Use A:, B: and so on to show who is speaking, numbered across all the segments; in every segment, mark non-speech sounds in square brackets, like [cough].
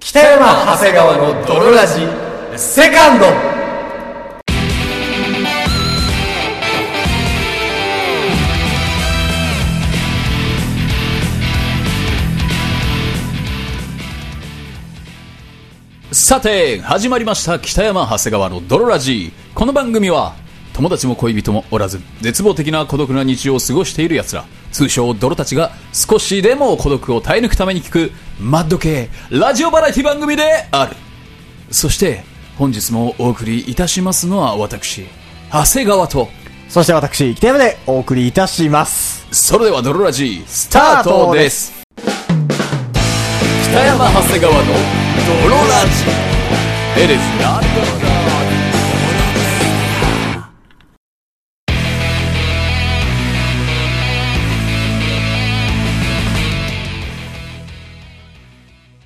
A: 北山長谷川の泥ラジセカンド
B: さて始まりました北山長谷川の泥ラジこの番組は友達も恋人もおらず絶望的な孤独な日常を過ごしている奴ら通称泥たちが少しでも孤独を耐え抜くために聞くマッド系ラジオバラエティ番組であるそして本日もお送りいたしますのは私長谷川と
C: そして私、北山でお送りいたします。
B: それでは泥ラジスタートです北山長谷川の泥ラジエレスな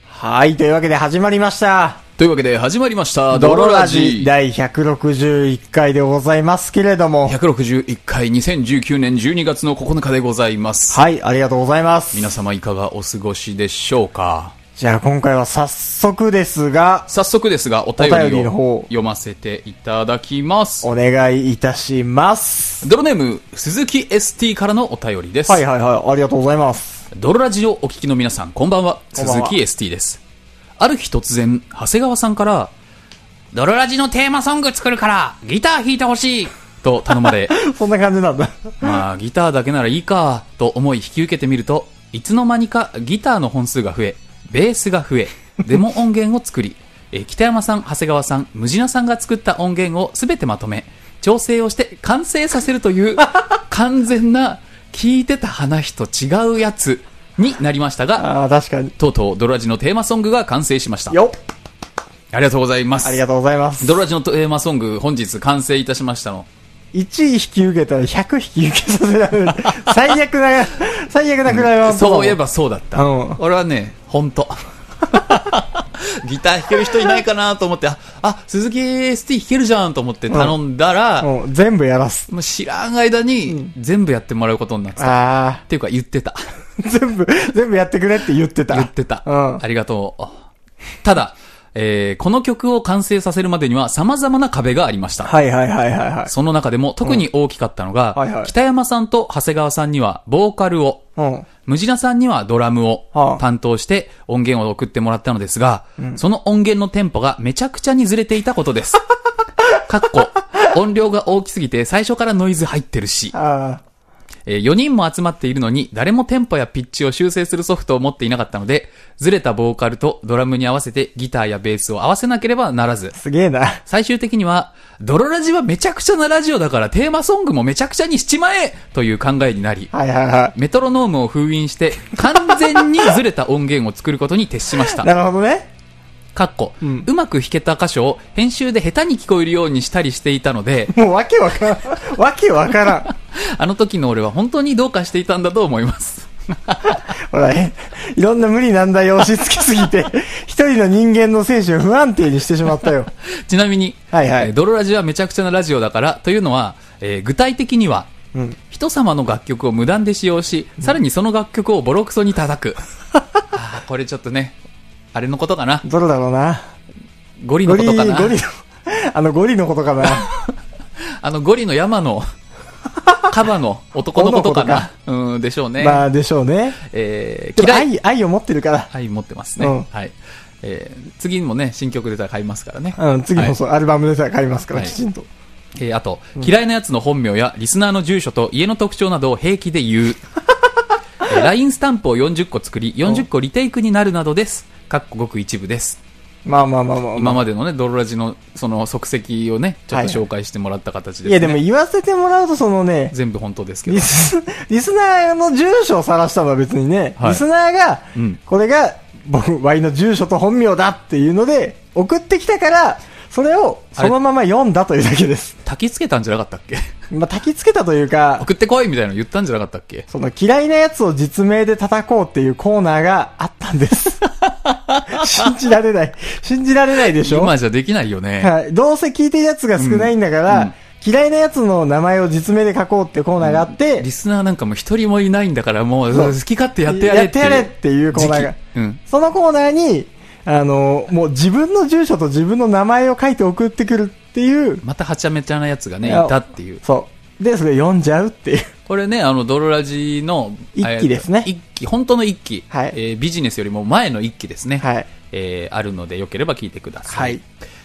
C: はい、というわけで始まりました。
B: というわけで始まりました「ドロラジ」
C: 第161回でございますけれども。
B: 161回2019年12月の9日でございます、
C: はい、ありがとうございます。
B: 皆様いかがお過ごしでしょうか
C: じゃあ今回は早速ですが、
B: 早速ですがお便
C: お便
B: り
C: りの
B: を
C: 方
B: 読ませていただきます
C: お願いいたします。
B: ドロネーム鈴木 ST からのお便りです、
C: はいはいはい、ありがとうございます。
B: ドロラジをお聞きの皆さん、こんばんは。
C: こんばん
B: 鈴
C: は
B: 木 ST です。ある日突然、長谷川さんから、ドロラジのテーマソング作るから、ギター弾いてほしいと頼 [laughs] まれ、
C: そんな感じなんだ。
B: まあ、ギターだけならいいか、と思い引き受けてみると、いつの間にかギターの本数が増え、ベースが増え、デモ音源を作り、えー北山さん、長谷川さん、ムジナさんが作った音源をすべてまとめ、調整をして完成させると
C: [laughs]
B: いう、完全な、聞いてた話と違うやつになりましたが、
C: ああ、確かに。
B: とうとうドロラジのテーマソングが完成しました。
C: よっ
B: ありがとうございます。
C: ありがとうございます。
B: ドロラジのテーマソング本日完成いたしましたの。
C: 1位引き受けたら100引き受けさせられる。最悪な、最悪なくらいは、
B: そういえばそうだった。
C: うん
B: 俺はね、ほんと。 [laughs] ギター弾ける人いないかなと思って、あ、あ鈴木 ST 弾けるじゃんと思って頼んだら、
C: もう全部やらす。
B: もう知らん間に全部やってもらうことになってた。っ
C: あ
B: ていうか言ってた。
C: あ、 [laughs] 全部、全部やってくれって言ってた。
B: 言ってた。
C: うん
B: ありがとう。ただ、えーこの曲を完成させるまでには様々な壁がありました。
C: はいはいはいはいはい。
B: その中でも特に大きかったのが、
C: うんはいはい
B: 北山さんと長谷川さんにはボーカルを、
C: うん。
B: ムジナさんにはドラムを
C: はあ
B: 担当して音源を送ってもらったのですが、その音源のテンポがめちゃくちゃにずれていたこと
C: [laughs]
B: です。かっこ、音量が大きすぎて最初からノイズ入ってるし、
C: あ
B: え4人も集まっているのに誰もテンポやピッチを修正するソフトを持っていなかったので、ずれたボーカルとドラムに合わせてギターやベースを合わせなければならず
C: あ、、すげえな。
B: 最終的には、ドロラジはめちゃくちゃなラジオだからテーマソングもめちゃくちゃにしちまえという考えになり、
C: はいはいは
B: メトロノームを封印して、完全にずれた音源を作ることに徹しまし
C: い。
B: た。
C: なるほどね。
B: かっこ、うまく弾けた箇所を編集で下手に聞こえるようにしたりしていた
C: [laughs]
B: ので、
C: もうわけわからん。わけわからん。
B: あの時の俺は本当にどうかしていたんだと思います。
C: ほら、えいろんな無理難題を押し付けすぎて、一人の人間の精神を不安定にしてしまったよ。
B: ちなみに、
C: はいはい
B: えードロラジはめちゃくちゃなラジオだから、というのは、えー具体的には、
C: うん。
B: 人様の楽曲を無断で使用し、さらにその楽曲をボロクソに
C: [laughs]
B: 叩く。あーこれちょっとね、あれのことかな。
C: どれだろうな。
B: ゴリ
C: ゴ
B: の
C: リ、
B: ことかな。
C: ゴリの、あのゴリのことかな。
B: あの、ゴリの山の、カバの男のことかな。うん、でしょうね。
C: まあでしょうね。
B: えー
C: でも
B: 嫌い。
C: 愛、愛を持ってるから。
B: はい、持ってますね。
C: うん
B: はい。えー次もね、新曲出たら買いますからね。
C: うん、次こ
B: はい
C: そアルバムでさえ買いますから、
B: はい
C: きちんと。
B: えーあと、嫌いな奴の本名やリスナーの住所と家の特徴などを平気
C: [laughs]
B: で言う。えー LINE スタンプを40個作り、40個リテイクになるなどです。かっこごく一部です。
C: まあまあまあまあま
B: 今
C: あ。
B: までのね、ドロラジのその即席をね、ちょっと紹介してもらった形です、
C: い
B: ね
C: やでも言わせてもらうとそのね、
B: 全部本当ですけど
C: リ。ス、リスナーの住所を晒したのは別にね、
B: はい
C: リスナーが、
B: うん
C: これが僕、Y の住所と本名だっていうので、送ってきたから、それをそのまま読んだというだけです。
B: 焚きつけたんじゃなかった
C: [laughs]
B: っけ
C: まあ、焚きつけたというか、
B: 送ってこいみたいなの言ったんじゃなかったっけ
C: その嫌いなやつを実名で叩こうっていうコーナーがあったん
B: [laughs]
C: です。信じられない。信じられないでしょ
B: 今じゃできないよね。
C: はい。どうせ聞いてるやつが少ないんだから、
B: うんうん
C: 嫌いなやつの名前を実名で書こうってコーナーがあって、
B: リスナーなんかも一人もいないんだから、もう
C: そう
B: 好き勝手やってやれっていう。
C: やってやれっていうコーナーが
B: 時期うん。
C: そのコーナーに、あの、もう自分の住所と自分の名前を書いて送ってくるっていう、
B: またはちゃめちゃなやつがね、い
C: いや
B: たっていう。
C: そう。で、それ読んじゃうっていう。
B: これね、あの、ドロラジの、
C: 一期ですね
B: えー一期、本当の一期。
C: はい
B: えービジネスよりも前の一期ですね。
C: はい。
B: えーあるので、よければ聞いてください。
C: はい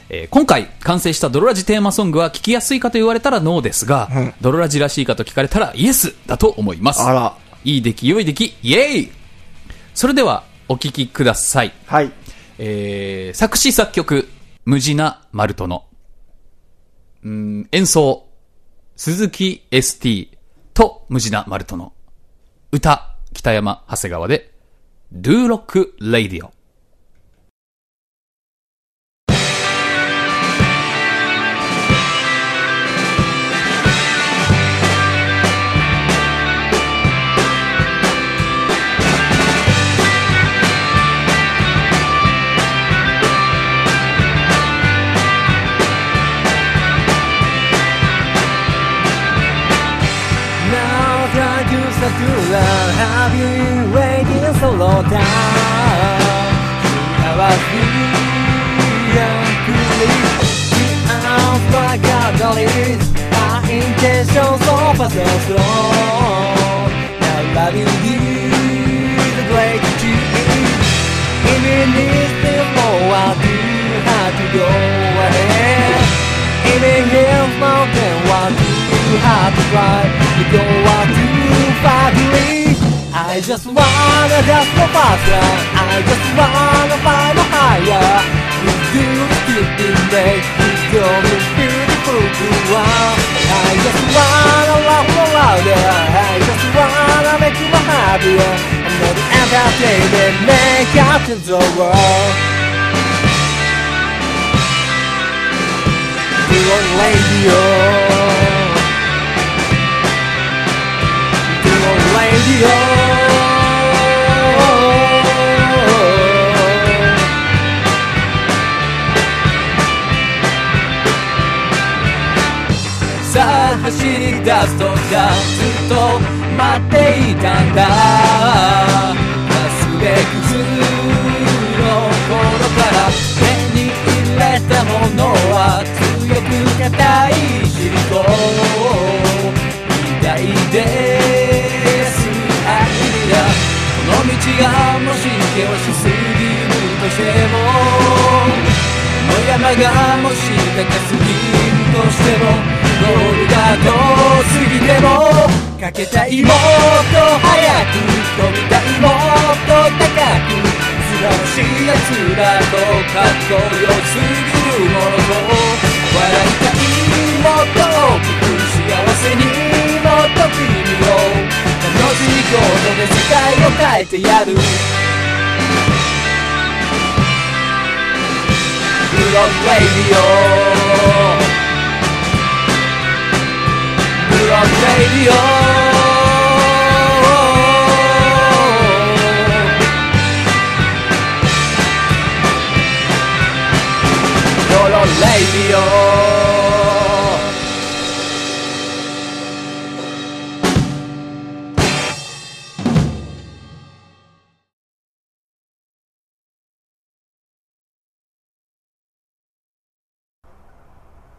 B: えー今回、完成したドロラジテーマソングは聞きやすいかと言われたらノーですが、
C: うん
B: ドロラジらしいかと聞かれたらイエスだと思います。
C: あら。
B: いい出来、良い出来、イエーイそれでは、お聞きください。
C: はい。
B: えー作詞作曲、無地なマルトの。うん、演奏、鈴木 ST と無地なマルトの。歌、北山長谷川で、ドゥーロックレイディオ。
D: Now that you start to learn, have you been waiting so long time? I was Intentions of a soul strong Now loving you is a great achievement Even if the more you have to go ahead Even if mountain was too hard to climb You go out too far to reach I just wanna just go faster I just wanna find a higher You do it in day You do me beautiful to one I just wanna laugh for louder I just wanna make you happier I'm not entertainment make up to the world Feel radio Demon Radio.さあ走り出すとだずっと待っていたんだ忘れくずの頃から手に入れたものは強く硬い尻尾偉大ですアイデアこの道がもし険しすぎるとしてもこの山がもし高すぎるとしてもゴールが遠すぎてもかけたいもっと早く飛びたいもっと高く素晴らしいやつらとかっこよすぎるものと笑いたいもっと大きく幸せにもっと君を楽しいことで世界を変えてやる Blue Rock Radio Blue Rock Radio ブロックレイディオ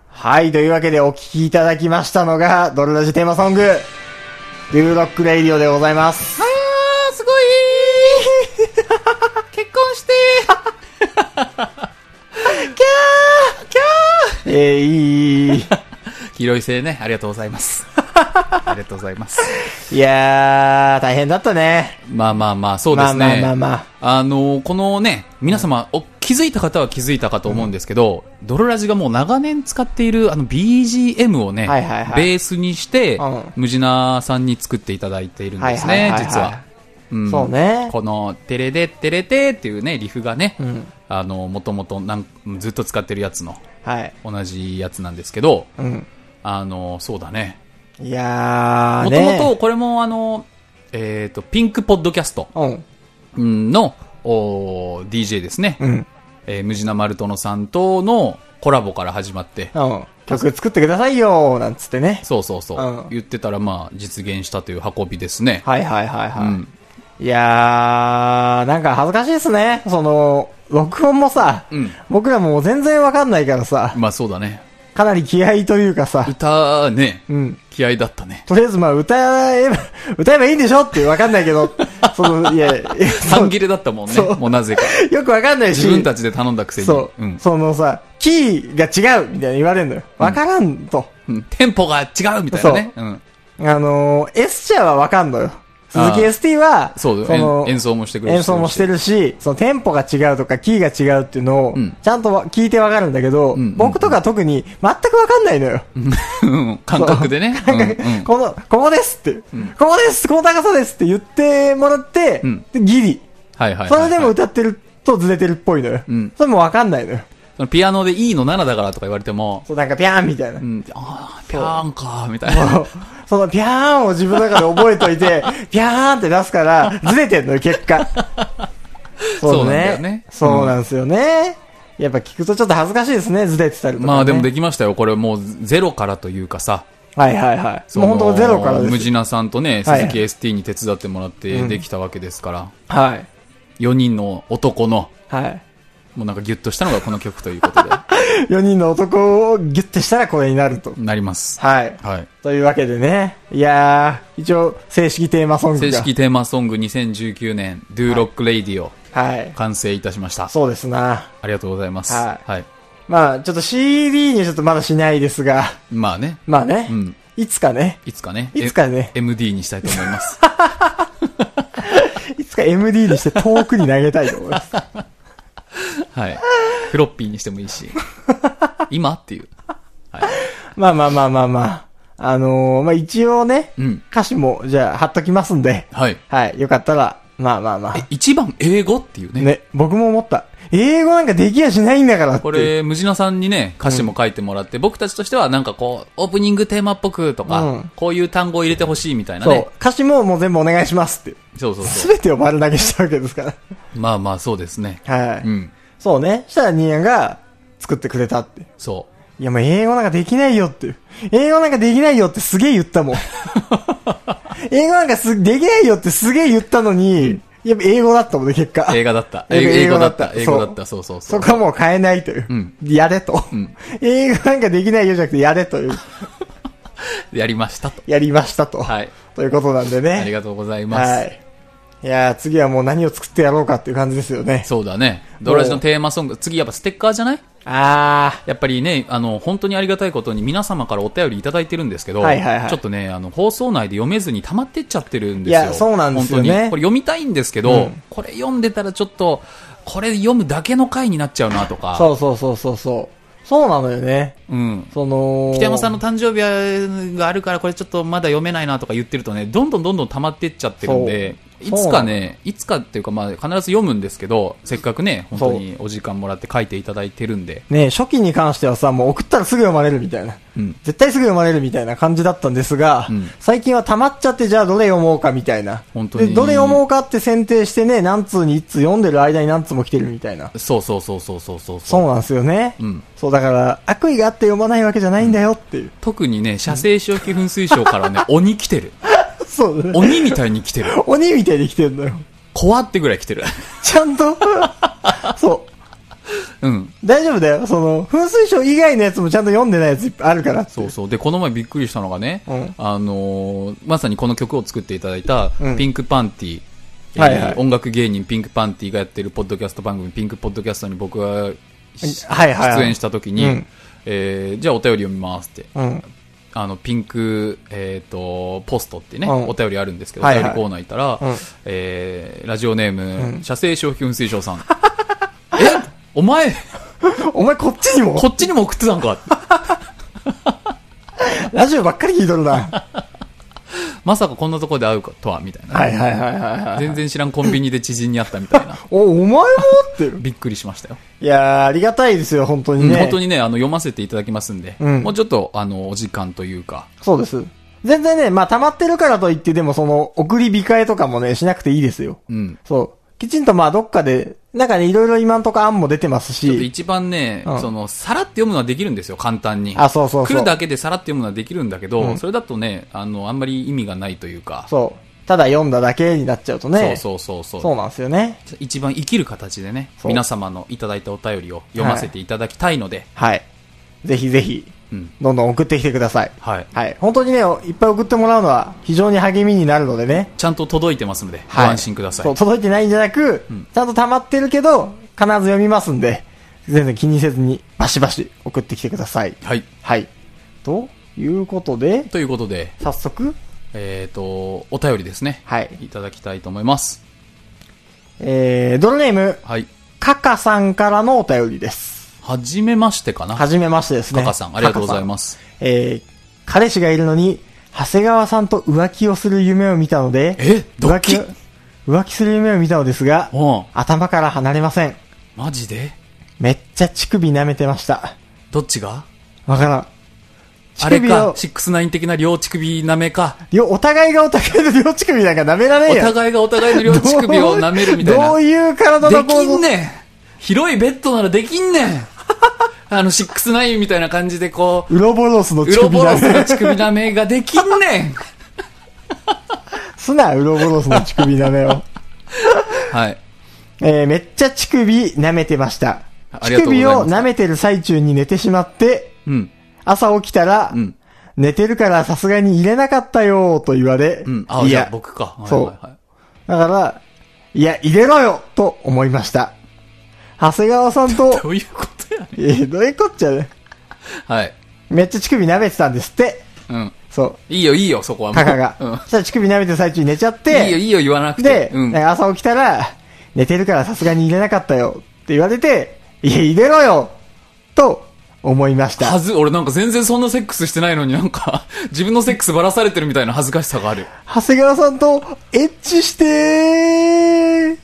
C: はい、というわけでお聴きいただきましたのが、ドルラジテーマソング、ドゥーロックレイディオでございます。
B: あー、すごい
C: [laughs]
B: 結婚して
C: えー、いい。
B: 黄色い声ね、ありがとうございます。 [laughs] ありがとうございます。
C: いやー、大変だったね。
B: まあまあまあ、そうですね。
C: まあまあまあ
B: あのーこのね、皆様、お気づいた方は気づいたかと思うんですけど、ドロラジがもう長年使っているあの BGM をね、
C: はいはいはい
B: ベースにして、
C: うん
B: ムジナさんに作っていただいているんですね、
C: はいはいはいはい
B: 実は。ん
C: そうね
B: この、テレデテレテっていうね、リフがね、あの、もともとなんずっと使ってるやつの、
C: はい。
B: 同じやつなんですけど、
C: うん。
B: あの、そうだね。
C: いやー、
B: もとも
C: ね。
B: と、これもあの、えっ、と、ピンクポッドキャスト。
C: と、うん。
B: うんの、おー DJ ですね。
C: うん。
B: えー、ムジナマルトノさんとのコラボから始まって、
C: うん。曲作ってくださいよー、なんつってね。
B: そうそうそう、
C: うん
B: 言ってたら、まあ、実現したという運びですね。
C: はいはいはいはい。
B: うん
C: いやー、なんか恥ずかしいですね。その、録音もさ、
B: うん
C: 僕らもう全然わかんないからさ、
B: まあそうだね。
C: かなり気合というかさ、
B: 歌ね、
C: うん。
B: 気合だったね。
C: とりあえずまあ歌えば、 [laughs] 歌えばいいんでしょってわかんないけど、その、いや、いや
B: [laughs]
C: そ
B: 半
C: う
B: 切れだったもんね。
C: そう
B: もう
C: [laughs]
B: なぜか。
C: よくわかんないし、
B: 自分たちで頼んだくせに。
C: そう、
B: ん
C: そのさ、キーが違うみたいに言われるのよ。わからんと。
B: うんテンポが違うみたいなね。うん
C: あのー、エスチャーはわかんのよ。鈴木
B: あー
C: ST は、
B: そうだよ
C: の
B: 演演奏もしてくれるし
C: 演奏もしてるし、そのテンポが違うとかキーが違うっていうのを
B: ん、
C: ちゃんとわ聞いてわかるんだけど、
B: んうん
C: 僕とか特に全くわかんないのよ。
B: うん感覚でね。
C: なんか
B: うんう
C: [laughs]
B: ん
C: この、ここですって、ここですこの高さですって言ってもらって、
B: ん
C: でギリ。
B: はいはいはいは
C: それ
B: い。
C: でも歌ってるとずれてるっぽいのよ。
B: ん
C: それもわかんないのよ。
B: そのピアノで E の7だからとか言われても、
C: そう、なんかピャーンみたいな。
B: うん、あー、ピャーンかー、みたいな。
C: [laughs] そのピャーンを自分の中で覚えといて、 [laughs] ピャーンって出すから、ずれてんのよ、結
B: [laughs]
C: 果。
B: そうなんだよね
C: そうなんですよね。やっぱ聞くとちょっと恥ずかしいですね、ずれてたりとか、ね。
B: まあでもできましたよ。これもうゼロからというかさ。
C: はいはいはい。
B: そ
C: もう
B: の
C: 本当ゼロからです。
B: ムジナさんとね、
C: はい
B: 鈴木 ST に手伝ってもらってできたわけですから、
C: はい。
B: 4人の男の、
C: はい。
B: もうなんかギュッとしたのがこの曲ということ
C: [laughs]
B: で、
C: 4人の男をギュッてしたらこれになると。
B: なります。
C: はい。
B: はい。
C: というわけでね。いやー、一応、正式テーマソング
B: 正
C: が。
B: 式テーマソング2019年、Do Rock Radio、
C: はい。
B: 完成いたしました。
C: そうですな。
B: ありがとうございます。は。
C: はいまあ、ちょっと CD にはちょっとまだしないですが、
B: まあね、
C: まあね。
B: うん
C: いつかね。
B: いつかね、
C: いつかね。
B: え MD にしたいと思い
C: [laughs]
B: ます。
C: いつか MD にして遠くに投げたいと思います。
B: はい。フロッピーにしてもい
C: [laughs]
B: いし、今っていう。
C: [laughs] まあまあまあまあまあ。あのー、まあ一応ね、
B: うん
C: 歌詞も、じゃあ貼っときますんで。
B: はい。
C: はい。よかったら、まあまあまあ。
B: 一番英語っていうね。
C: ね、僕も思った。英語なんかできやしないんだからって。
B: これ、ムジナさんにね、歌詞も書いてもらって、僕たちとしてはなんかこう、オープニングテーマっぽくとか、
C: うん
B: こういう単語を入れてほしいみたいな
C: そう
B: ね。。
C: 歌詞ももう全部お願いしますって。
B: そうそう
C: す
B: そ
C: べてを丸投げしたわけですから。
B: う。まあまあ、そうですね。
C: はい。
B: うん。
C: そうね。したらニーヤンが作ってくれたって。
B: そ
C: いやもう英語なんかできないよっていう。英語なんかできないよってすげえ言ったも
B: [laughs]
C: ん。英語なんかす、できないよってすげえ言ったのに、やっぱ英語だったもんね、結果
B: う。。映画だった。
C: 英語
B: 英語だった。
C: 英
B: 英
C: 語
B: 語
C: だ
B: だ
C: った
B: った。そうそうそ。
C: そうこはもう変えないという。
B: ん
C: やれと、
B: ん
C: 英語なんかできないよじゃなくてやれという。
B: やりましたと。
C: やりましたと。
B: はい。
C: ということなんでね。
B: ありがとうございます。
C: はい。いやー、次はもう何を作ってやろうかっていう感じですよね。
B: そうだね。ドラジのテーマソング、次やっぱステッカーじゃない
C: あ
B: やっぱりね、あの、本当にありがたいことに皆様からお便りいただいてるんですけど、
C: はいはいはい
B: ちょっとね、あの、放送内で読めずに溜まってっちゃってるんですよ。
C: いやそうなんですよね
B: 本当にこれ読みたいんですけど、これ読んでたらちょっと、これ読むだけの回になっちゃうなと
C: ー。
B: か、
C: そうそうそうそうそう。そうなのよね。
B: うん。
C: その、
B: 北山さんの誕生日があるからこれちょっとまだ読めないなとか言ってるとね、どんどんどんどん溜まってっちゃってるんで、い
C: そう
B: つかね、いつかっていうかまあ必ず読むんですけど、せっかくね、本当にお時間もらって書いていただいてるんで、
C: ね、初期に関してはさ、もう送ったらすぐ読まれるみたいな。
B: うん
C: 絶対すぐ読まれるみたいな感じだったんですが、
B: うん
C: 最近は溜まっちゃって、じゃあどれ読もうかみたいな。
B: 本当に
C: で、どれ読もうかって選定してね、何通に1通読んでる間に何通も来てるみたいな。
B: そうそうそうそうそうそうそう。
C: そうなんですよね。
B: うん
C: そう、だから、悪意があって読まないわけじゃないんだよって
B: [laughs]
C: いう。
B: 特にね、射精消費噴水賞からね、鬼来てる。
C: そう [laughs] だね。
B: 鬼みたいに来てる。
C: 鬼みたいに来てんのよ。 [laughs]
B: 怖ってぐらい来てる。
C: ちゃんと。 [laughs] そう。
B: うん。
C: 大丈夫だよ。その、噴水賞以外のやつもちゃんと読んでないやついっぱいあるから。
B: そうそう。で、この前びっくりしたのがね、
C: うん
B: あのーまさにこの曲を作っていただいた
C: うん、
B: ピンクパンティ、えー
C: はいはい
B: 音楽芸人ピンクパンティがやってるポッドキャスト番組、ピンクポッドキャストに僕がし、
C: はいはいはい
B: 出演した時に、
C: うん
B: えーじゃあお便り読みますって。
C: うん。
B: あの、ピンク、えっ、と、ポストってね、
C: うん
B: お便りあるんですけど、
C: はいはい
B: お便りコーナー行ったら、
C: うん
B: えーラジオネーム、射精消費運水
C: [laughs]
B: 晶さん。えお前、
C: お前こっちにも
B: こっちにも送ってたんか
C: ラジオばっかり聞いとるな。
B: まさかこんなところで会うと [laughs] は、みたいな。
C: はいはいはいはい [laughs] はい。
B: 全然知らんコンビニで知人に会ったみ
C: [laughs]
B: たいな。
C: お、お前もってる。
B: びっくりしましたよ。
C: いやー、ありがたいですよ、本当にね。
B: 本当にね、あの、読ませていただきますんで、
C: うん
B: もうちょっと、あの、お時間というか、
C: そうです。全然ね、まあ、溜まってるからといって、でもその、送り控えとかもね、しなくていいですよ。
B: うん。
C: そう。きちんとまあ、どっかで、なんかね、いろいろ今んとこ案も出てます
B: ちょっと
C: し、
B: 一番ね、
C: うん
B: その、さらって読むのはできるんですよ、簡単に。
C: あそうそうそう
B: 来るだけでさらって読むのはできるんだけど、
C: うん
B: それだとね、あの、あんまり意味がないというか、
C: そう。ただ読んだだけになっちゃうとね。
B: そうそうそうそう
C: そうなんですよね。
B: 一番生きる形でね
C: そう
B: 皆様のいただいたお便りを読ませていただきたいので、
C: はい。ぜひぜひ、
B: うん
C: どんどん送ってきてください。
B: はい
C: はい。本当にね、いっぱい送ってもらうのは非常に励みになるのでね。
B: ちゃんと届いてますので、
C: はい
B: ご安心くださ
C: そう、
B: い
C: 届いてないんじゃなく、ちゃんと溜まってるけど、必ず読みますんで、全然気にせずにバシバシ送ってきてください。
B: はい
C: はい。ということで、
B: ということで
C: 早速、
B: えっ、とお便りですね
C: はい。
B: いただきたいと思います
C: えー、ドルネーム、
B: はい
C: カカさんからのお便りです。
B: はじめましてかな
C: はじめましてですね。
B: カカさんありがとうございます
C: カカさん。えー、彼氏がいるのに、長谷川さんと浮気をする夢を見たので、
B: えドッ
C: 浮
B: キ
C: 気
B: リ
C: を、浮気する夢を見たのですが、
B: うん
C: 頭から離れません。
B: マジで
C: めっちゃ乳首舐めてました。
B: どっちが
C: わからん。
B: あれ
C: 乳首
B: か
C: を、
B: 69的な両乳首舐めか。
C: よ、お互いがお互いの両乳首なんか舐められん
B: お
C: やん。
B: 互いがお互いの両乳首を舐めるみたいな。
C: どういう体の
B: で
C: 構 [laughs]
B: き
C: 造
B: んねん広いベッドならできんね
C: [laughs]
B: んあの、69みたいな感じでこう、
C: ウロボロスの [laughs]
B: ウ
C: 乳
B: ロ
C: 首
B: ボロス
C: 舐
B: の
C: め。
B: 乳首舐めができん
C: [laughs]
B: ねん
C: すな、ウロボロスの乳首舐めを。
B: [laughs] はい。
C: えーめっちゃ乳首舐めてました。
B: あ
C: 乳
B: りがとうござい
C: 首
B: ます
C: を舐めてる最中に寝てしまって、
B: うん。
C: 朝起きたら、
B: ん
C: 寝てるからさすがに入れなかったよーと言われ、
B: うん。あ、
C: い
B: じゃあ
C: や、
B: 僕か。はい
C: そう
B: はいはい、
C: だから、いや、入れろよと思いました。長谷川さんと
B: [laughs] どういうことやね
C: えーどういうこっちゃね。
B: ん。はい。
C: めっちゃ乳首舐めてたんですって。
B: うん。
C: そう。
B: いいよ、いいよ、そこはもう。
C: カカが。
B: うん
C: そしたら乳首舐めてる最中に寝ちゃっ
B: い
C: て、
B: いよ、いいよ、言わなくて
C: で。、
B: うん。
C: 朝起きたら、寝てるからさすがに入れなかったよって言われて、いや、入れろよと思いました。
B: はず、俺なんか全然そんなセックスしてないのになんか、 [laughs] 自分のセックスばらされてるみたいな恥ずかしさがある。
C: 長谷川さんとエッチしてー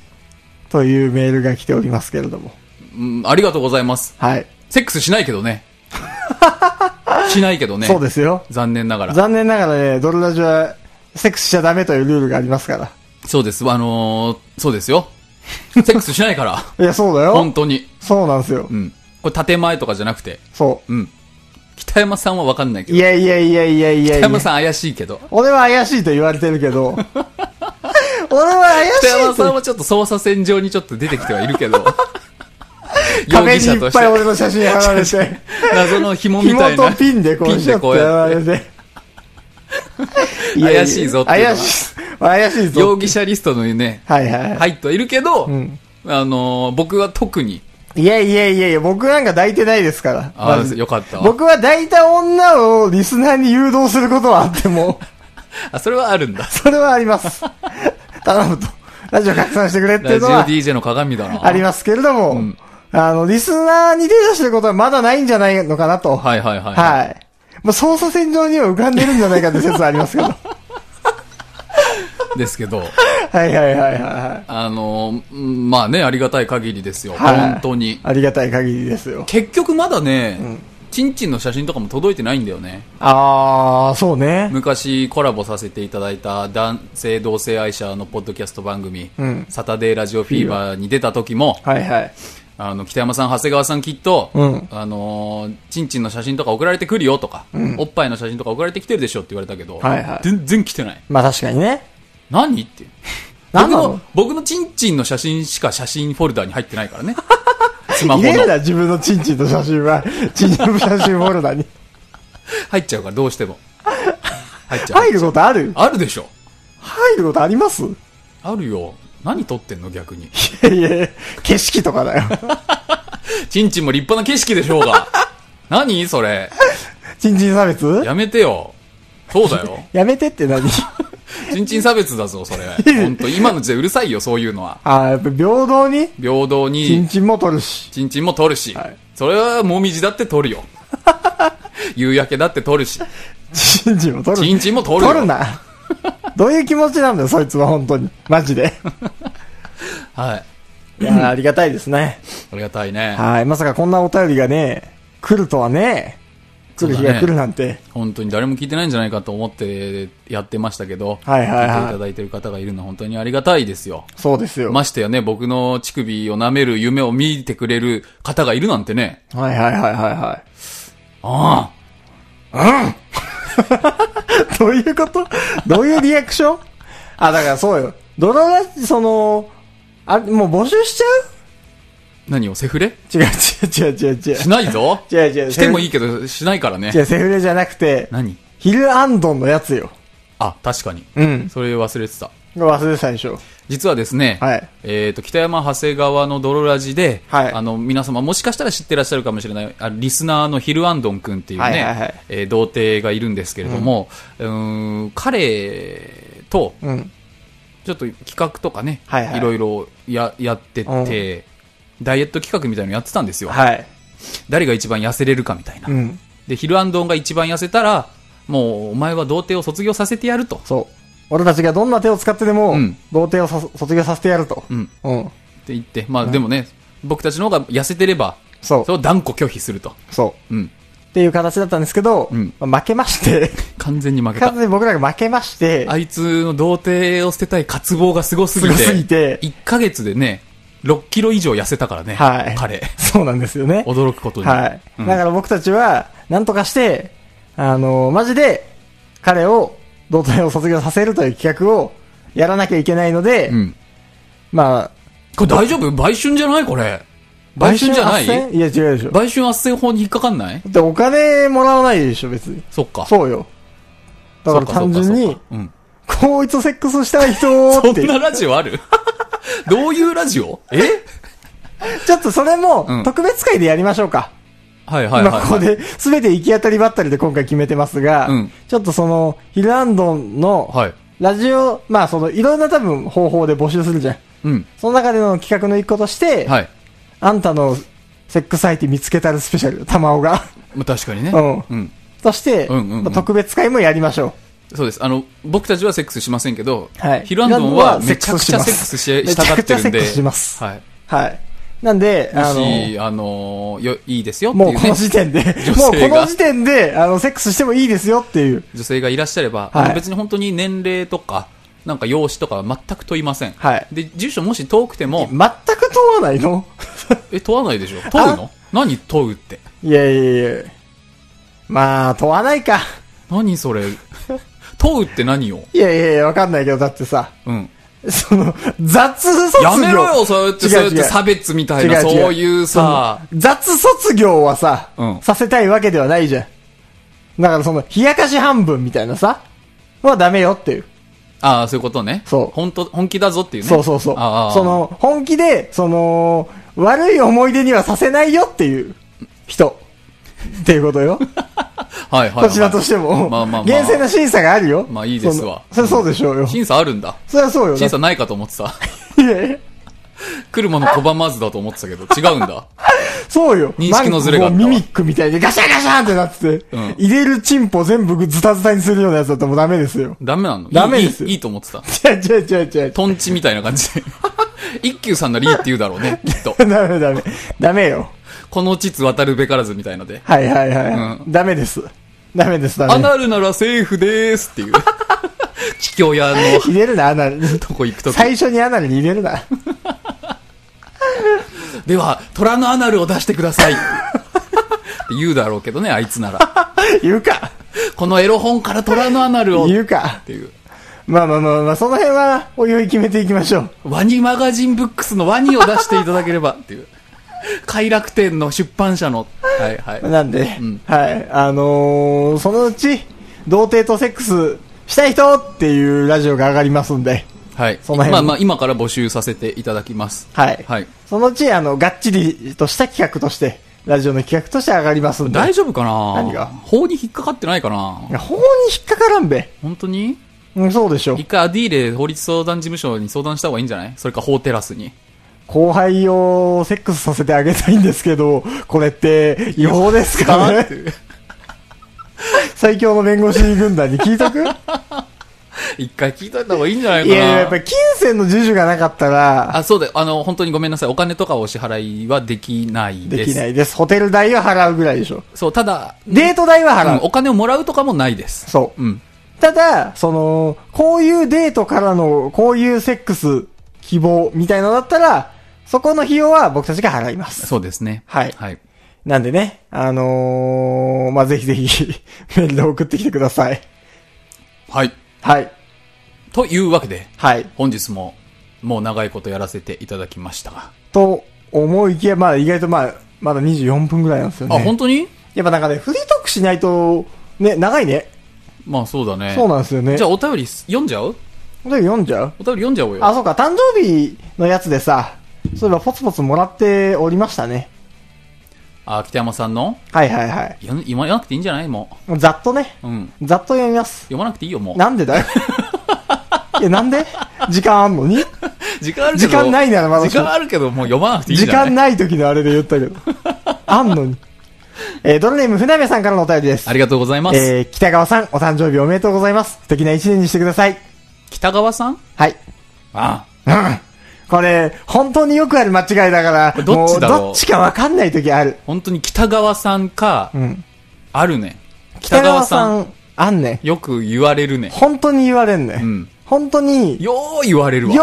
C: というメールが来ておりますけれども。
B: うん、ありがとうございます。
C: はい。
B: セックスしないけ
C: [laughs]
B: どね。しないけどね。
C: そうですよ。
B: 残念ながら。
C: 残念ながらね、ドルラジは、セックスしちゃダメというルールがありますから。
B: そうです。あのー、そうですよ。セックスしな
C: [laughs]
B: いから。
C: いや、そうだ
B: 本
C: よ。
B: 当に。
C: そうなんですよ
B: う。ん。これ建前とかじゃなくて。
C: そ
B: うん。北山さんはわかんないけ
C: う。い
B: ど。
C: やいやいやいやいやい
B: 北山
C: や。
B: さん怪しいけど。
C: 俺は怪しいと言われてるけど。 [laughs] 俺は怪し
B: 北山
C: い
B: さん
C: と。
B: はちょっと捜査線上にちょっと出てきてはいる
C: [laughs]
B: けど。容
C: 壁
B: 疑
C: に
B: 者
C: い
B: と
C: っ
B: して
C: ぱい俺の写真貼られて。
B: [laughs] 謎の紐みた
C: 紐
B: いな。
C: とピンでこ
B: ピ
C: う
B: ン
C: しょ
B: で
C: って
B: こう
C: や
B: や
C: ら
B: って
C: れて。
B: [laughs] 怪しいぞっていうのは
C: 怪しい。怪しいぞ。
B: 容疑者リストのね、
C: はいはい。
B: 入ってはいるけど、
C: ん
B: あのー僕は特に、
C: いやいやいやいや、僕なんか抱いてないですから。
B: あ
C: マジ
B: あ、
C: で
B: よかったわ。
C: 僕は抱いた女をリスナーに誘導することはあっても、
B: あ、それはあるんだ。
C: それはあり
B: [laughs]
C: ます。頼むと。ラジオ拡散してくれってい
B: ラ
C: う
B: ジ
C: の
B: オ
C: は
B: DJ の鏡だな。
C: ありますけれども、あの、リスナーに手出してることはまだないんじゃないのかなと。
B: はいはいはい。
C: はい。もう操作線上には浮かんでるんじゃないかって説はあります [laughs] けど。
B: ですけど、
C: はいはいはいはいはい。
B: あのーうんまあね、ありがたい限りですよ。
C: はい
B: 本当に。
C: ありがたい限りですよ。
B: 結局まだね、ちんちんの写真とかも届いてないんだよね。
C: あー、そうね。
B: 昔コラボさせていただいた男性同性愛者のポッドキャスト番組、
C: ん
B: サタデーラジオフィーバーに出た時も、
C: はいはい。
B: あの、北山さん、長谷川さんきっと、
C: うん
B: あのー、ちんちんの写真とか送られてくるよとか、おっぱいの写真とか送られてきてるでしょって言われたけど、
C: はいはい
B: 全然来てない。
C: まあ確かにね。
B: 何って。
C: 何
B: 僕
C: なの
B: の、僕のちんちんの写真しか写真フォルダに入ってな
C: [laughs]
B: いからね。スマホ
C: 入れる
B: の。
C: な、自分のチンチンと写真は。チンチンの写真フォルダに。
B: 入っちゃうから、どうしても。入っちゃう。
C: 入ること [laughs] ある
B: あるでしょ。
C: 入ることありますい
B: あるよ。何撮ってんの逆に。
C: やいやいや景色とか [laughs] だよ。
B: ちんちんも立派な景色でしょう
C: [laughs]
B: が。何それ。
C: チンチン差別や
B: やめてよ。そうだよ。
C: めてって何 [laughs]
B: ちんちん差別だぞ、それ。本当今の時代うるさいよ、そういうのは。
C: あーやっぱ平等に、
B: 平等
C: チン
B: に、
C: チンも取るし。
B: ちんちんも取るし、
C: はい
B: それはもみじだって取るよ。 [laughs] 夕焼けだって取るし、
C: チンチンも取る
B: ちんちんも取るよ
C: 取るな。どういう気持ちなんだよ、そいつは本当に。マジで。
B: はい。
C: [laughs] いやーありがたいですね。
B: ありがたいね。
C: はい。まさかこんなお便りがね、来るとはね、来る日が来るなんて。
B: 本当に誰も聞いてないんじゃないかと思ってやってましたけど、
C: はいはいはい
B: 聞いていただいてる方がいるのは本当にありがたいですよ。
C: そうですよ。
B: ましてやね、僕の乳首を舐める夢を見てくれる方がいるなんてね。
C: はいはいはいはいはい。
B: あ
C: どういうことどういうリアクションあ、だからそうよ。泥ラジ、その、あ、もう募集しちゃう
B: 何をセフレ
C: 違う違う違う違う違う。
B: しな
C: [laughs]
B: いぞ
C: 違う違う
B: してもいいけど、しないからね
C: 違。う、セフレじゃなくて、
B: 何
C: ヒルアンドンのやつよ。
B: あ、確かに。
C: うん。
B: それ忘れてた。
C: 忘れてたでしょ。
B: 実はですね、
C: はい
B: えっ、と、北山長谷川の泥ラジで、
C: はい
B: あの、皆様もしかしたら知ってらっしゃるかもしれない、あリスナーのヒルアンドン君っていうね、
C: はいはいはい
B: えー童貞がいるんですけれども、うーん彼と、
C: うん。
B: ちょっと企画とかね、
C: はいはい
B: ろいろややってて、ダイエット企画みたいなのやってたんですよ。
C: はい。
B: 誰が一番痩せれるかみたいな。
C: うん。
B: で、ヒルアンドンが一番痩せたら、もう、お前は童貞を卒業させてやると。
C: そう。俺たちがどんな手を使ってでも、
B: うん
C: 童貞をさ卒業させてやると。
B: うん
C: うん。
B: って言って、まあでもね、僕たちの方が痩せてれば、
C: そう
B: それを断固拒否すると。
C: そう。
B: うん。
C: っていう形だったんですけど、
B: うん
C: まあ負けま
B: [laughs]
C: して、
B: 完全に負けた
C: 完。全に僕らが負けまして、
B: あいつの童貞を捨てたい渇望がすごすぎて。
C: すごすぎて
B: 1ヶ月でね、6キロ以上痩せたからね。
C: はい
B: 彼。
C: そうなんですよね。
B: 驚くことに。
C: はい。
B: うん
C: だから僕たちは、なんとかして、あのマジで、彼を、童貞を卒業させるという企画を、やらなきゃいけないので、
B: うん。
C: まあ、
B: これ大丈夫売春じゃないこれ。売春じゃない
C: 売春斡旋いや、違うでしょ。だ
B: 売春斡旋法に引っかかんない
C: ってお金もらわないでしょ、別に。
B: そっか。
C: そうよ。だから
B: そうそ
C: 単
B: う
C: 純
B: そう
C: に
B: か、うん。
C: こいつセックスしたい人っ
B: そ
C: て
B: ん。なラジオある [laughs] どういうラジオえ
C: ちょっとそれも
B: うん、
C: 特別会でやりましょうか。
B: はいはいはい、は
C: 今
B: い。
C: ここで、すべて行き当たりばったりで今回決めてますが、
B: うん
C: ちょっとその、ヒルアンドンの、
B: はい。
C: ラジオ、まあその、いろんな多分方法で募集するじゃん。
B: うん。
C: その中での企画の一個として、
B: はい。
C: あんたのセックス相手見つけたるスペシャル、玉尾が。 [laughs]
B: まあ、確かにね。
C: うん
B: うん。
C: として、
B: うんうんうん
C: まあ特別会もやりましょ
B: そうです。あの、僕たちはセックスしませんけど、
C: はい
B: ヒルアンドンはめちゃくちゃセックスし
C: めち
B: した
C: ゃ
B: が
C: く
B: っ
C: ち
B: て
C: ゃ
B: るんで。
C: セックスします
B: はい。
C: う。はい。なんで、
B: も
C: あの、
B: し、あのよ、いいですよってい
C: も
B: う、
C: う
B: ね、
C: この時点で、も
B: 女
C: うこ
B: 性が
C: の時点で、あの、セックスしてもいいですよっていう。
B: 女性がいらっしゃれば、
C: はい
B: あの別に本当に年齢とか、なんか容姿とかは全く問いません。
C: はい
B: で、住所もし遠くても
C: 全、く問わないの [laughs]
B: え、問わないでしょ問うの何問うって。
C: いやいやいやまあ、問わないか。
B: 何そ
C: [laughs]
B: れ。問うって何を
C: いやいやいや、わかんないけど、だってさ、
B: うん。
C: その、雑卒業。
B: やめろよ、そうやって、そうやって差
C: 違
B: 別みたいな、
C: 違う違う
B: そういうさ、
C: う雑卒業はさ、
B: うん
C: させたいわけではないじゃん。だからその、冷やかし半分みたいなさ、はダメよっていう。
B: ああ、そういうことね。
C: そう
B: 本当、本気だぞっていうね。
C: そうそうそう。
B: ああ、
C: その、本気で、その、悪い思い出にはさせないよっていう人。っていうことよ。
B: はいはい、は
C: こ
B: い。
C: ちらとしても。
B: まあまあまあ
C: 厳正な審査があるよ。
B: まあいいですわ
C: そのそりゃそうでしょうよ。
B: 審査あるんだ。
C: そりゃそうよ。
B: 審査ないかと思ってた。
C: いやいや
B: 来るもの拒まずだと思ってたけど、違うんだ。
C: そうよ。
B: 認識のズレがあった
C: マ
B: わ
C: ンゴーミミックみたいでガシャガシャンってなってて、
B: うん
C: 入れるチンポ全部ズタズタにするようなやつだともうダメです
B: [laughs]
C: よ。
B: ダメなの
C: ダメです
B: いいいいいいと思ってた。
C: 違う違う違う違う。
B: トンチみたいな感じで。 [laughs] 一休さんならいいって言うだろうね、きっと。
C: ダメダメ。ダメよ。
B: この秩渡るべからずみたいので。
C: はいはいはい。
B: う
C: ダメです。ダメです、ダ
B: ア
C: メ。
B: ナルならセーフでーすっていう。桔梗屋の
C: 入れるな、アナルに。
B: とこ行くとき。
C: 最初にアナルに入れるな。
B: では、虎のアナルを出してください。って言うだろうけどね、あいつなら。
C: 言うか。
B: このエロ本から虎のアナルを。っ
C: 言うか。
B: ていう。
C: まあまあまあまあ、その辺は、おいおい決めていきましょう。
B: ワニマガジンブックスのワニを出していただければ
C: [laughs]
B: っていう。快楽天の出版社の。はいはい。
C: なんで、
B: うん
C: はい。あのー、そのうち、童貞とセックスしたい人っていうラジオが上がりますんで。
B: はい。
C: その辺
B: まあまあ、今から募集させていただきます。
C: はい。
B: はい。
C: そのうち、あの、がっちりとした企画として、ラジオの企画として上がりますんで。
B: 大丈夫かな
C: 何が
B: 法に引っかかってないかない
C: や法に引っかからんべ。
B: 本当に
C: うん、そうでしょ
B: 一。回アディーレ法律相談事務所に相談した方がいいんじゃないそれか法テラスに。
C: 後輩をセックスさせてあげたいんですけど、これって違法ですかね
B: っていう
C: 最強の弁護士軍団に聞い
B: [laughs]
C: とくい
B: 一回聞いといた方がいいんじゃない
C: や
B: か
C: い
B: な
C: や、やっぱり金銭の授受がなかったら、
B: あ、そうだよ。あの、本当にごめんなさい。お金とかお支払いはできないで。
C: ですきないです。ホテル代は払うぐらいでしょ。
B: そう、ただ、
C: デート代は
B: うん
C: 払う。
B: お金をもらうとかもないです。
C: そう。
B: うん。
C: ただ、その、こういうデートからの、こういうセックス、希望みたいなのだったら、そこの費用は僕たちが払います。
B: そうですね。
C: はい
B: はい。
C: なんでね、あのー、 [laughs] まあ、ぜひぜひ、メールで送ってきてください。
B: はい。
C: はい。
B: というわけで、
C: はい。
B: 本日も、もう長いことやらせていただきましたが。
C: と思いきや、まあ意外とまあ、まだ24分ぐらいなんですよね。
B: あ、本当に
C: やっぱなんかね、フリートークしないと、ね、長いね。
B: まあそうだね。
C: そうなんですよね。
B: じゃあお便り読んじゃう
C: お便り読んじゃう
B: お便り読んじゃおうよ。
C: あ、そうか、誕生日のやつでさ、そういえばポツポツもらっておりましたね。
B: あ、北山さんの
C: はいはいはい。
B: いや今読まなくていいんじゃないも
C: ざっとね、
B: う。うん。
C: ざっと読みます。
B: 読まなくていいよ、もう。
C: なんで
B: [laughs]
C: だよ。いや、なんで時間あんのに
B: 時間あるけ
C: 時
B: ど。
C: 間ないならまだ
B: 時間あるけど、もう読まなくていいん
C: 時
B: じゃない
C: 間ない時のあれで言ったけど。あんのに。えードルネーム、船目さんからのお便りです
B: あ。りがとうございます。
C: えー北川さん、お誕生日おめでとうございます。素敵な一年にしてください。
B: 北川さん
C: はい。
B: あ
C: これ、本当によくある間違いだから、
B: れどっちだろう
C: もどっちかわかんない時ある。
B: 本当に北川さんか、
C: うん。
B: あるね。
C: 北川さん、あんねん。
B: よく言われるね。
C: 本当に言われんね
B: うんん。
C: 本当に、よ
B: よう言われるわ。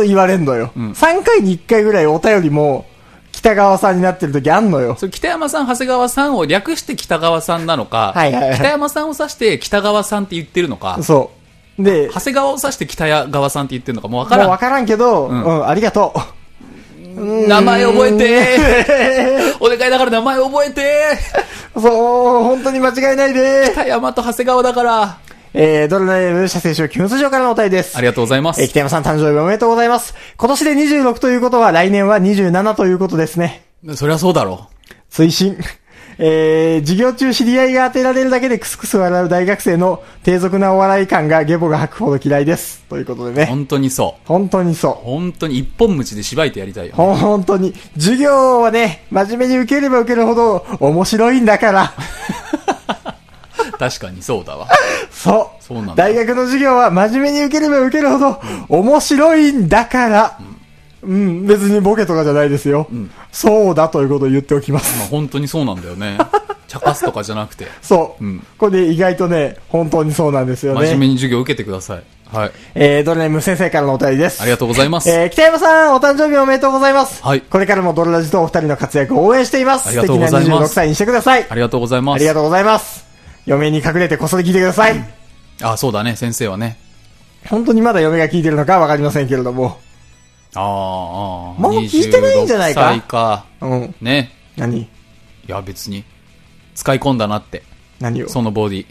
C: う言われんのよ。
B: ん
C: 3回に1回ぐらいお便りも、北川さんになってる時あんのよ。
B: それ北山さん、長谷川さんを略して北川さんなのか、
C: はいはいはい
B: 北山さんを指して北川さんって言ってるのか、
C: そう。で、
B: 長谷川を指して北川さんって言ってるのかもうわか
C: もう
B: ら
C: わ
B: ん。
C: からんけど、うんん、ありがとう。 [laughs]
B: 名前覚え
C: [laughs]
B: てお願いだから名前覚えて
C: そう、本当に間違いないで
B: 北山と長谷川だから。
C: えー、ドルネーム、社選手、キュンス上からのお便りです。
B: ありがとうございま
C: えー
B: す。
C: 北山さん誕生日おめでとうございます。今年で26ということは来年は27ということですね。
B: そりゃそうだろ
C: 推進。 [laughs] えー、授業中知り合いが当てられるだけでクスクス笑う大学生の低俗なお笑い感がゲボが吐くほど嫌いです。ということで
B: う。
C: ね。
B: 本当にそ。
C: 本当にそう。
B: 本当に一本道でしばいてやりたいうよ。
C: ほん本当に。授業はね、真面目に受ければ受けるほど面白いんだから。
B: 確かにそうだわ。
C: そう。
B: そうなんだ
C: 大学の授業は真面目に受ければ受けるほど面白いんだから。うん、別にボケとかじゃないですよ。そうだということを言っておきます。
B: まあ本当にそうなんだ
C: [laughs]
B: よね。茶化すとかじゃなくて。
C: そう。
B: うん
C: これで意外とね、本当にそうなんですよね。
B: 真面目に授業受けてください。はい。
C: えー、ドルネーム先生からのお便りです。
B: ありがとうございます。
C: えー、北山さん、お誕生日おめでとうございます。
B: はい
C: これからもドルラジとお二人の活躍を応援しています。
B: ありがとうございます
C: 素敵な26歳にしてください。
B: ありがとうござい
C: あ
B: ます
C: りが。とうございます。嫁に隠れてこっそり聞いてください。
B: あ、そうだね、先生はね。
C: 本当にまだ嫁が聞いてるのかわかりませんけれども。
B: ああ、ああ。
C: もう聞いてないんじゃないか
B: 26歳か。
C: うん。
B: ね。
C: 何
B: いや、別に。使い込んだなって。
C: 何を
B: そのボディ。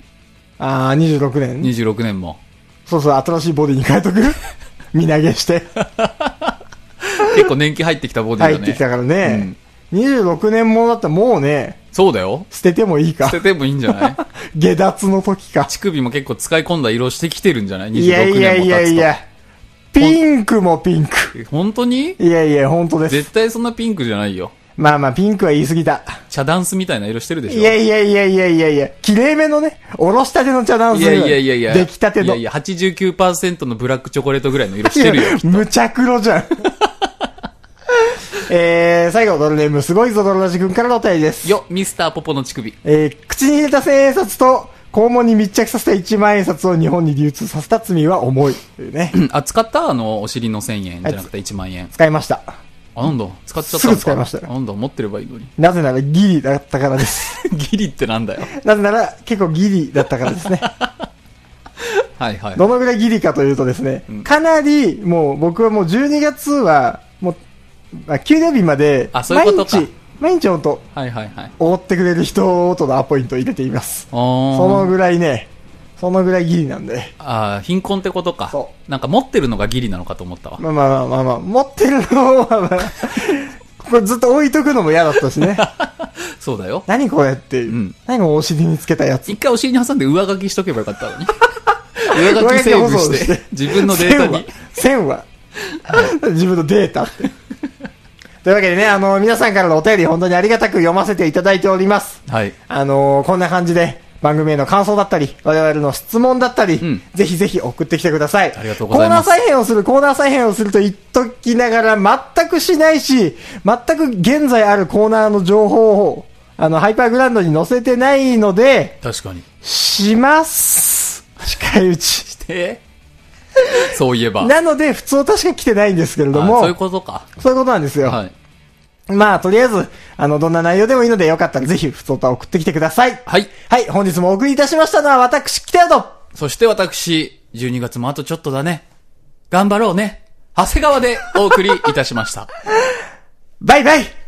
C: あー、26年。
B: 26年も。
C: そうそう、新しいボディに変え
B: [laughs]
C: とく身投げして。
B: 結構年季入ってきたボディだ
C: 入っ
B: ね。
C: てきたからね。26年ものだったらもうね、
B: そうだよ。
C: 捨ててもいいか
B: 捨。ててもいいんじゃない
C: 下脱の時か。
B: 乳首も結構使い込んだ色してきてるんじゃない ?26 年も経つと。
C: いやいやいやいや。ピンクもピンク。
B: 本当に
C: いやいや、本当です。
B: 絶対そんなピンクじゃないよ。
C: まあまあ、ピンクは言い過ぎた。
B: 茶ダンスみたいな色してるでしょ
C: いやいやいやいやいやいや、綺麗めのね、おろしたての茶ダンス。
B: いやいやいやいや。
C: 出来たて
B: い
C: の。
B: やいや、89%のブラックチョコレートぐらいの色してる
C: [laughs]
B: よ。
C: いやむちゃくろじゃん。 [laughs] えー、最後、ドルネーム、すごいぞ、ドルラジ君からのお便りです。
B: よ、ミスターポポの乳首。
C: えー、口に入れた千円札と、肛門に密着させた一万円札を日本に流通させた罪は重い。という
B: [laughs]
C: ね。
B: あ、使ったあの、お尻の1000円じゃなくて1万円。
C: 使いました。
B: あ、なんだ使っちゃったのか
C: すぐ使いましたよ
B: あなんだ持ってればいいのに。 [laughs]
C: なぜならギリだったからです。
B: ギリってなんだよ。
C: なぜなら結構ギリだったから
B: [laughs]
C: ですね。
B: はいはい。
C: どのぐらいギリかというとですね、かなりもう僕はもう12月は、もう、あ給料日まで、
B: あそういうことか
C: 毎日、毎日本当、
B: はいはいはい。
C: おごってくれる人とのアポイントを入れています。
B: あ
C: その
B: ー
C: ぐらいね、そのぐらいギリなんで。
B: あー、貧困ってことか
C: そ。
B: なんか持ってるのがギリなのかと思ったわ。
C: まあまあまあまあ、持ってるのは、まあ、これずっと置いとくのも嫌だったし
B: [laughs]
C: ね。
B: そうだよ。
C: 何これっていう。
B: ん
C: 何このお尻につけたやつ。
B: 一回お尻に挟んで上書きしとけばよかった
C: [laughs]
B: のに。上書きセーブし
C: 上書き保存
B: て、自分のデ
C: [laughs]
B: ータに。
C: 線は。線は。自分のデータって。というわけでね、あの、皆さんからのお便り本当にありがたく読ませていただいております。
B: はい。
C: あのこんな感じで番組への感想だったり、我々の質問だったり、
B: ん
C: ぜひぜひ送ってきてください。
B: ありがとうございます
C: コーナー再編をする、コーナー再編をすると言っときながら全くしないし、全く現在あるコーナーの情報を、あの、ハイパーグラウンドに載せてないので、
B: 確かに。
C: します。近いうち。
B: して、そういえば。
C: なので、普通確か来てないんですけれど
B: あ
C: も、
B: そういうことか。
C: そういうことなんですよ。
B: はい。
C: まあ、とりあえず、あの、どんな内容でもいいので、よかったらぜひ、普通と送ってきてください。
B: はい。
C: はい、本日もお送りいたしましたのは、私、北谷と、
B: そして私、 12月もあとちょっとだね。頑張ろうね。長谷川でお送りいたしました。
C: バイバイ